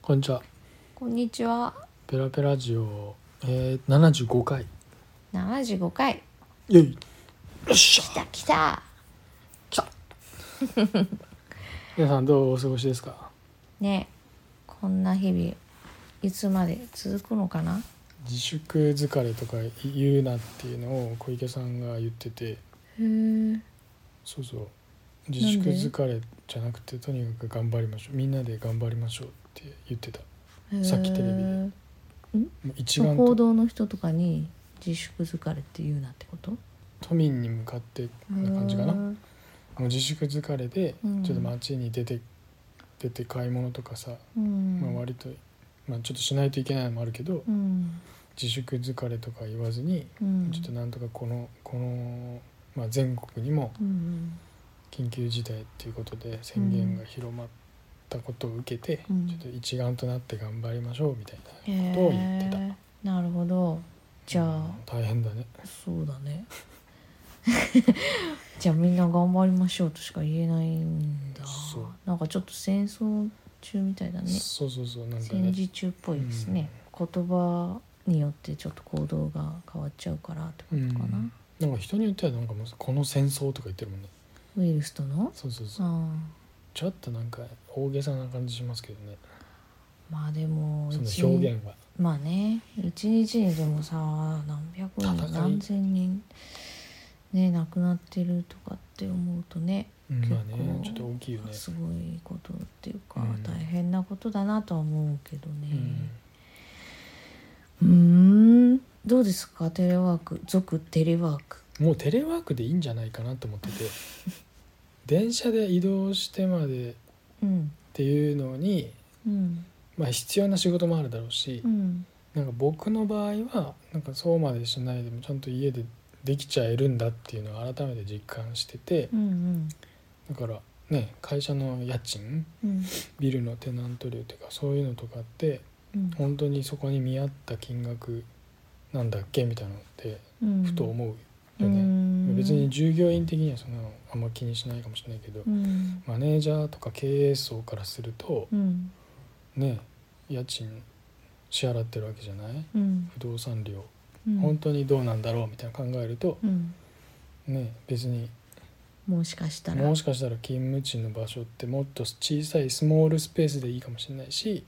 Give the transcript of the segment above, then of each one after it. こんにちは。こんにちは。ペラペラジオ、えー、75回。 75回。イェイ。よっしゃ。来た来た。来た。皆さんどうお過ごしですか。ねえ。こんな日々。いつまで続くのかな。自粛疲れとか言うなっていうのを小池さんが言ってて、へえ。そうそう。自粛疲れじゃなくてとにかく頑張りましょう。みんなで頑張りましょうって言ってた。さっきテレビでへもうえ一その丸報と道の人とかに自粛疲れって言うなってこと？都民に向かってな感じかな。へもえう自粛疲れでうんちょっと街に出て出て買い物とかさ。うん。まあ、割と、まあ、ちょっとしないといけないのもあるけどうん。自粛疲れとか言わずにうん。ちょっとなんとかこのこの、まあ、全国にもうん緊急事態っていうことで宣言が広まったことを受けて、うんちょっと一丸となって頑張りましょうみたいうん。なことを言ってた、へえなるほど。じゃあ。大変だねそうだね じゃあみんな頑張りましょうとしか言えないんだそうなんかちょっと戦争中みたいだねそうそうそうなんか戦ね時中っぽいですね、言葉によってちょっと行動が変わっちゃうからってことかな、なんか人によってはなんかもうこの戦争とか言ってるもんねウイルスとのそうそうそうあちょっとなんか大げさな感じしますけどねあまあでもそ一の日表現はまあね一日にでもさ何百戦い人何千人ね亡くなってるとかって思うとねうんまあねち結ょっ構と大きいよねすごいことっていうか、うん大変なことだなとは思うけどうねんうーんどうですかテレワーク続テレワークもうテレワークでいいんじゃないかなと思って て電車で移動してまでっうんていうのに、うんまあ、必要な仕事もあるだろうし、うんなんか僕の場合はなんかそうまでしないでもちゃんと家でできちゃえるんだっていうのを改めて実感しててうんうんだからね会社の家賃うんビルのテナント料とかそういうのとかってうん本当にそこに見合った金額なんだっけみたいなのってうんふと思ううよね。ん別に従業員的にはそんなのあんま気にしないかもしれないけど、うんマネージャーとか経営層からするとうんね家賃支払ってるわけじゃないうん不動産料うん本当にどうなんだろうみたいな考えるとうんね別にもしかしたらもしかしたら勤務地の場所ってもっと小さいスモールスペースでいいかもしれないし、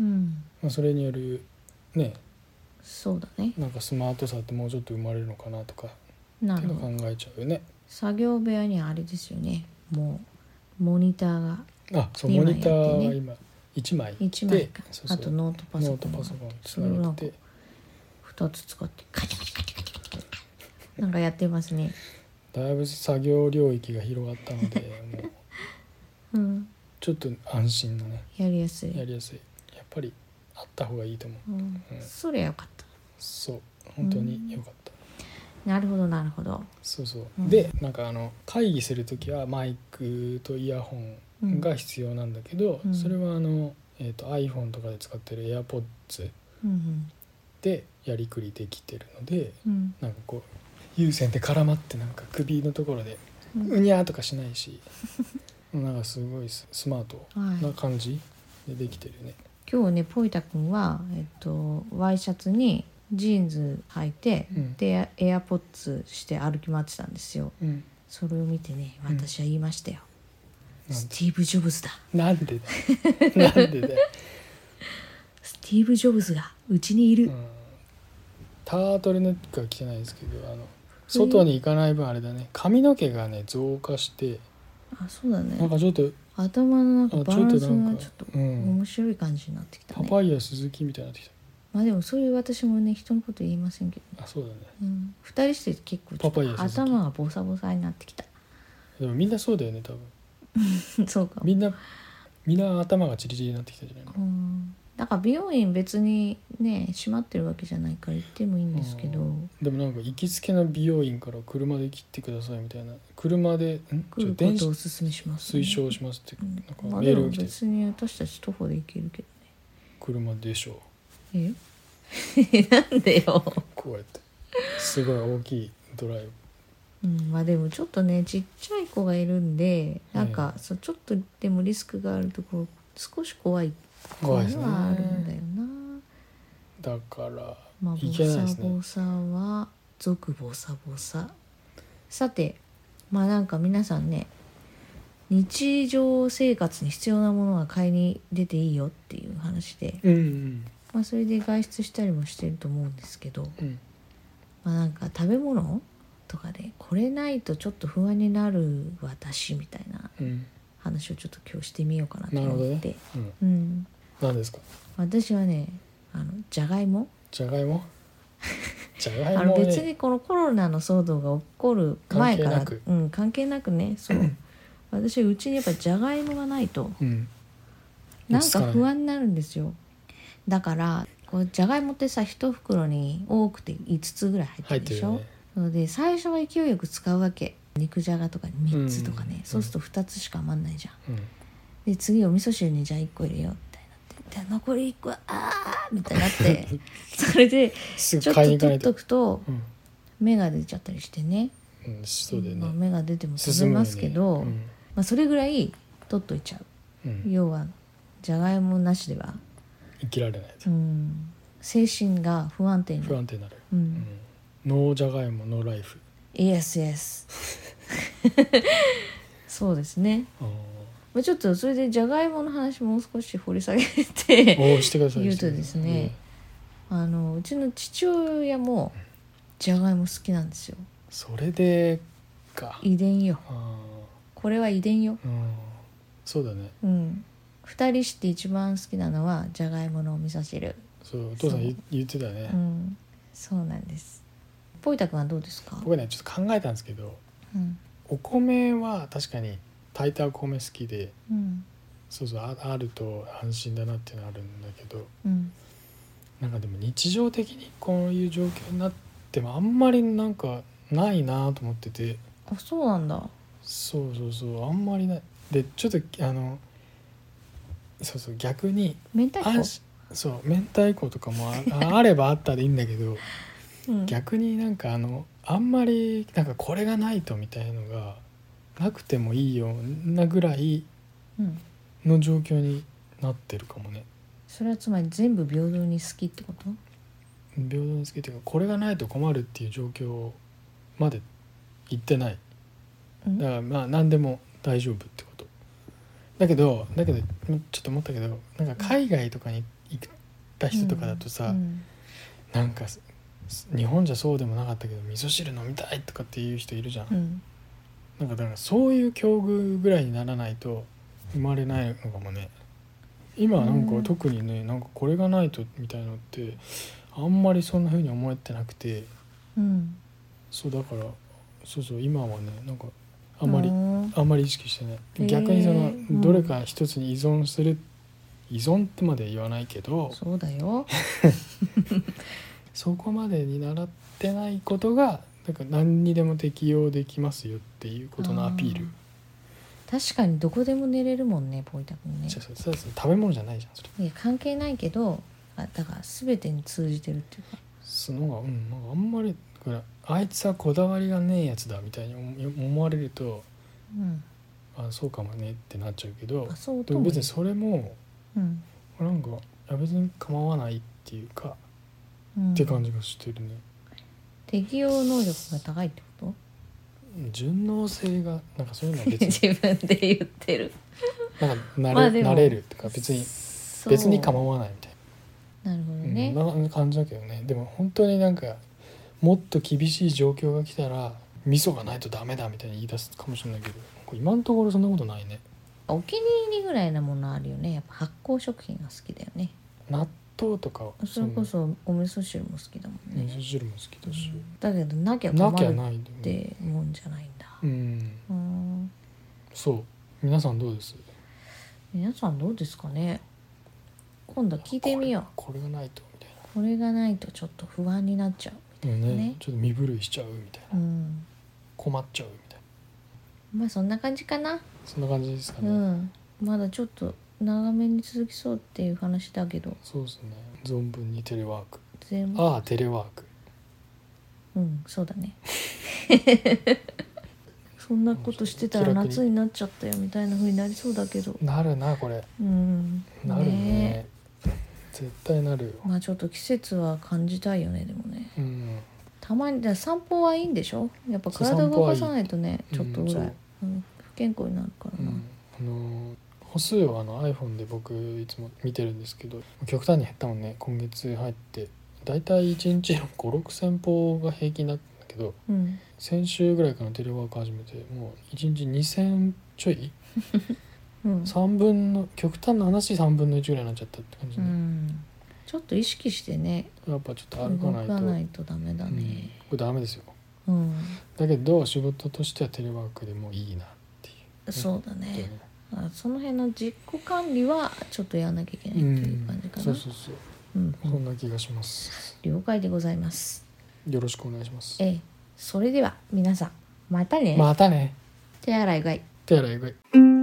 うんまあ、それによるねそうだねなんかスマートさってもうちょっと生まれるのかなとかっなているうのほどを考えちゃうよね。作業部屋にあれですよねもうモニターがあそう二モ枚ニターやっはて今1枚で1枚かそうそあうとノートパソノーコトンパソコンつそなれをながんっかて2つ使ってカチャカチャカチャカチャカチャなんかやってますねだいぶ作業領域が広がった のでもううんちょっと安心だねやりやすいやりやすいやっぱりあった方がいいと思ううんうんそれよかったそう本当によかった、なるほどなるほどそうそう、うんでなんかあの会議する時はマイクとイヤホンが必要なんだけど、うんそれはあの、えー、と iPhone とかで使ってる AirPods うんでやりくりできてるのでうんなんかこう有線で絡まってなんか首のところでううんにゃーとかしないし なんかすごいススマートはいな今感じでできてるね、日ねポイタくんはえっとワイシャツにジーンズ履いてうんでエアポッツして歩き回ってたんですようん、それを見てねうん私は言いましたよなんスてティーブ・ジョブズだなんでだよなんでだよ、スティーブ・ジョブズがうちにいうるん、タートルネックは着てないですけどあの外に行かない分あれだね髪の毛がね増加してあそうだなんねかちょっと頭の中あバちょラっンとスながんかちょっとうん面白い感じになってきたパねパイヤ鈴木みたいになってきまあでもそういう私もね人のこと言いませんけど、たあそうだねうん、2人して結構ちょパっパイヤと鈴木頭がボサボサになってきた でもみんなそうだよね多分そうかみんなみんな頭がチリチリになってきたじゃないのうんだから美容院別にね閉まってるわけじゃないから行ってもいいんですけどうんでもなんか行きつけの美容院から車で切ってくださいみたいな車でんちょ来るっと電ことを子おすすめします、推奨しますってうんなんまかあメでールもが来て別に私たち徒歩で行けるけ車でしょう どねえなんでよ、こうやってすごい大きいドライブうん、まあでもちょっとねちっちゃい子がいるんでなんか、そうちょっとでもリスクがあるとこ少し怖い怖いですねはあるんだよだな、からまあ、ボいけないサですねボサは俗ボサボサさてまあなんか皆さんね日常生活に必要なものは買いに出ていいよっていう話で、うんうんまあ、それで外出したりもしてると思うんですけど、うんまあ、なんか食べ物とかでこれないとちょっと不安になる私みたいなうん話をちょっと今日してみようかなとなるほど思っねて、うんうん、何ですか私はねあのじゃがいもじゃがい もじゃがあいものね別にこのコロナの騒動が起こる前か関係らなくうん、関係なくねそう私はうちにやっぱじゃがいもがないとうんなんか不安になるんですよだからこうじゃがいもってさ一袋に多くて5つぐらい入入っっててるるでしょ、よねなので最初は勢いよく使うわけ肉じゃがとか3つとかね、うんそうすると2つしか余んないじゃんうんで次お味噌汁にじゃあ1個入れようみたいになってで残り1個はあーみたいになって それですぐちょっと買いに行か取ないっととくとうん芽が出ちゃったりしてねうんそうだよまあ、ね芽が出ても食べ進むよまねすけど、うんまあ、それぐらい取っといちゃううん要はじゃがいもなしでは、生きられないうん、精神が不安定にな不る安定になるう、うんんノーじゃがいもノーライフイエスイエス そうですね、あーまあ、ちょっとそれでじゃがいもの話もう少し掘り下げて おーしてください言うとですねあのうちの父親もじゃがいも好きなんですようんそれでか遺伝よあこれは遺伝よーうんそうだねうん2人して一番好きなのはじゃがいものお味噌汁そうお父さん言言ってたねうんそうなんですぽいたくんはどうですか、僕はねちょっと考えたんですけどうんお米は確かに炊いたお米好きでうんそうそうああると安心だなっていうのはあるんだけどうん、なんかでも日常的にこういう状況になってもあんまりなんかないなと思っててあそうなんだそうそうそうあんまりないでちょっとあのそうそう逆に明太安子心そう明太子とかもあ あればあったでいいんだけどうん逆になんかあのあんまりなんかこれがないとみたいのがなくてもいいようなぐらいうん、の状況になってるかもねそれはつまり全部平等に好きってこと平等につけていうかこれがないと困るっていう状況まで行ってないうんだからまあ何でも大丈夫ってことだけどだけどちょっと思ったけどなんか海外とかに行った人とかだとさ、うんなんかす日本じゃそうでもなかったけど味噌汁飲みたいとかっていう人いるじゃん、うんなんかだからそういう境遇ぐらいにならないと生まれないのかもね今はなんうかん特にねなんかこれがないとみたいのってあんまりそんな風に思えてなくてうん、そうだからそうそう今はねなんかあんまりうんあんまり意識してないへー逆にそのうんどれか一つに依存する依存ってまでは言わないけどそうだよそこまでに習ってないことがなんか何にでも適用できますよっていうことのアピール確かにどこでも寝れるもんねぽいたくんねじゃあそうそう食べ物じゃないじゃんそれいや関係ないけどあだから全てに通じてるっていうかそのがうんなんかあんまりこれあいつはこだわりがねえやつだみたいに思思われるとうんあそうかもねってなっちゃうけどあそうでともも別にそれもうんなんかいや別に構わないっていうか、うんって感じがしてるね適応能力が高いってこと順応性がなんかそういうのは 別に自分で言ってるなんかなれ,、まあでもなれるとか別にそう別に構わないみたいなるほどな、ね、うん、な感じだけどねでも本当になんかもっと厳しい状況が来たら味噌がないとダメだみたいに言い出すかもしれないけどこう今のところそんなことないねお気に入りぐらいなものあるよねやっぱ発酵食品が好きだよね納豆とかそれこそお味噌汁も好きだもそのん味噌ね、汁も好きだし、だけどなきゃな困きゃるっないでねてもんじゃないんだうんうんそう皆さんどうです皆さんどうですかね今度聞いてみようこれこれがないとみたいなこれがないとちょっと不安になっちゃでもねねちょっと身震いしちゃうみたいなううん困っちゃうみたいなまあそんな感じかなそんな感じですかうね、んまだちょっと長めに続きそうっていう話だけどそうですね存分にテレワーク全部ああテレワーク うんそうだねそんなことしてた気ら楽に夏になっちゃったよみたいな風になりそうだけどなるなこれうんなるねね絶対なるよえまあちょっと季節は感じたいよねでもねうんたまにだから散歩はいいんでしょやっぱそう体散歩動はいかいさないとねちょっとうんぐそらい、ううん不健康になるからうな、んあの歩数をあの iPhone で僕いつも見てるんですけど極端に減ったもんね今月入ってだいたい1日の56000歩が平均だったんだけどうん先週ぐらいからテレワーク始めてもう1日2000ちょいうん3分の極端な話3分の1ぐらいになっちゃったって感じうで、んちょっと意識してねやっぱちょっと歩か動ないとかないとダメだうん、こね、れダメですようんだけど仕事としてはテレワークでもいいなっていうそうだことよねねあその辺の実行管理はちょっとやらなきゃいけないっていう感じかな、ん、そうそうそううんそんな気がします了解でございますよろしくお願いしますええそれでは皆さんまたね、またね手洗いうがい手洗いうがいうん